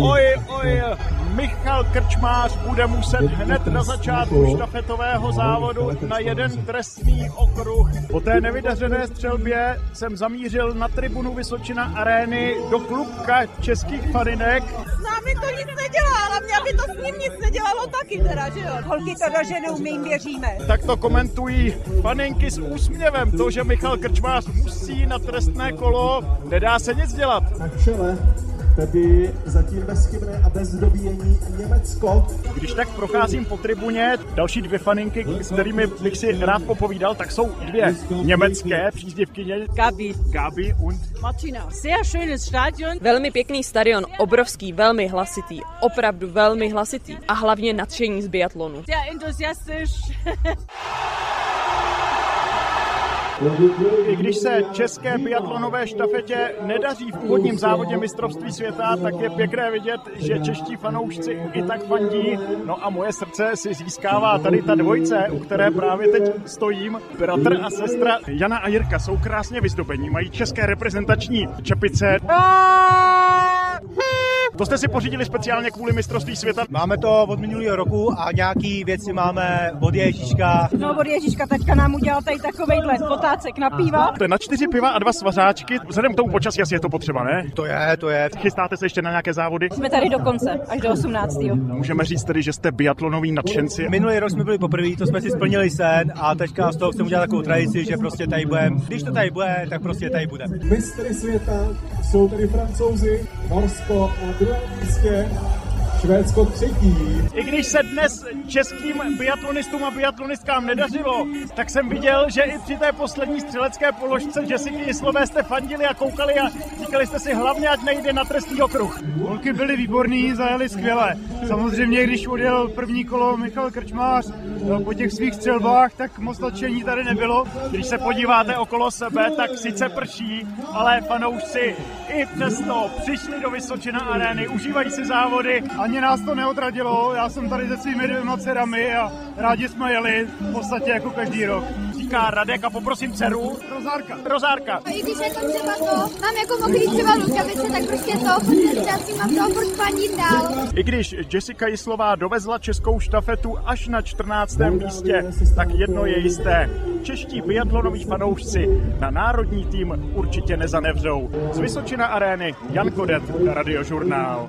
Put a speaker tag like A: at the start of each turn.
A: Oj, oj, Michal Krčmář bude muset hned na začátku štafetového závodu na jeden trestný okruh. Po té nevydařené střelbě jsem zamířil na tribunu Vysočina arény do klubka českých farinek.
B: S námi No to nic nedělá, ale mě by to s ním nic nedělalo taky teda, že jo? Holky teda, že neumím, věříme.
A: Tak to komentují faninky s úsměvem, to, že Michal Krčmář musí na trestné kolo, nedá se nic dělat.
C: Na čele tedy zatím bezchybné a bez dobíjení Německo.
A: Když tak procházím po tribuně, další dvě faninky, s kterými bych si rád popovídal, tak jsou dvě německé příznivkyně.
D: Gabi.
A: Gabi und
B: Mačina.
D: Sehr schönes Stadion.
E: Velmi pěkný stadion, obrovský, velmi hlasitý, opravdu velmi hlasitý a hlavně nadšení z biatlonu.
D: Sehr enthusiastisch.
A: I když se české biatlonové štafetě nedaří v původním závodě mistrovství světa, tak je pěkné vidět, že čeští fanoušci i tak fandí. No a moje srdce si získává tady ta dvojce, u které právě teď stojím. Bratr a sestra Jana a Jirka jsou krásně vyzdobení, mají české reprezentační čepice. To jste si pořídili speciálně kvůli mistrovství světa.
F: Máme to od minulého roku a nějaký věci máme od Ježíška.
B: No, od Ježíška teďka nám udělal tady takovejhle potácek na piva.
A: To je na čtyři piva a dva svařáčky. Vzhledem k tomu počasí asi je to potřeba, ne?
F: To je, to je.
A: Chystáte se ještě na nějaké závody?
B: Jsme tady do konce, až do 18.
A: Můžeme říct tedy, že jste biatlonoví nadšenci.
F: Minulý rok jsme byli poprvé, to jsme si splnili sen a teďka z toho chceme udělat takovou tradici, že prostě tady budeme. Když to tady bude, tak prostě tady bude.
C: Mistry světa jsou tedy Francouzi, Norsko na druhém místě, Švédsko třetí.
A: I když se dnes českým biatlonistům a biatlonistkám nedařilo, tak jsem viděl, že i při té poslední střelecké položce, že si kyslové jste fandili a koukali a říkali jste si hlavně, ať nejde na trestný okruh.
G: Holky byly výborný, zajeli skvěle. Samozřejmě, když odjel první kolo Michal Krčmář eh, po těch svých střelbách, tak moc nadšení tady nebylo.
A: Když se podíváte okolo sebe, tak sice prší, ale fanoušci i přesto přišli do Vysočina arény, užívají si závody.
G: Ani nás to neodradilo, já jsem tady se svými dvěma dcerami a rádi jsme jeli, v podstatě jako každý rok.
A: Říká Radek a poprosím dceru
G: Rozárka.
A: Rozárka.
H: A i když je to třeba to, mám jako mokrý třeba rukavice, tak prostě to furt já si mám to furt fandit dál.
A: I když Jessica Jislová dovezla českou štafetu až na 14. místě, tak jedno je jisté. Čeští biatlonoví fanoušci na národní tým určitě nezanevřou. Z Vysočina arény Jan Kodet, Radiožurnál.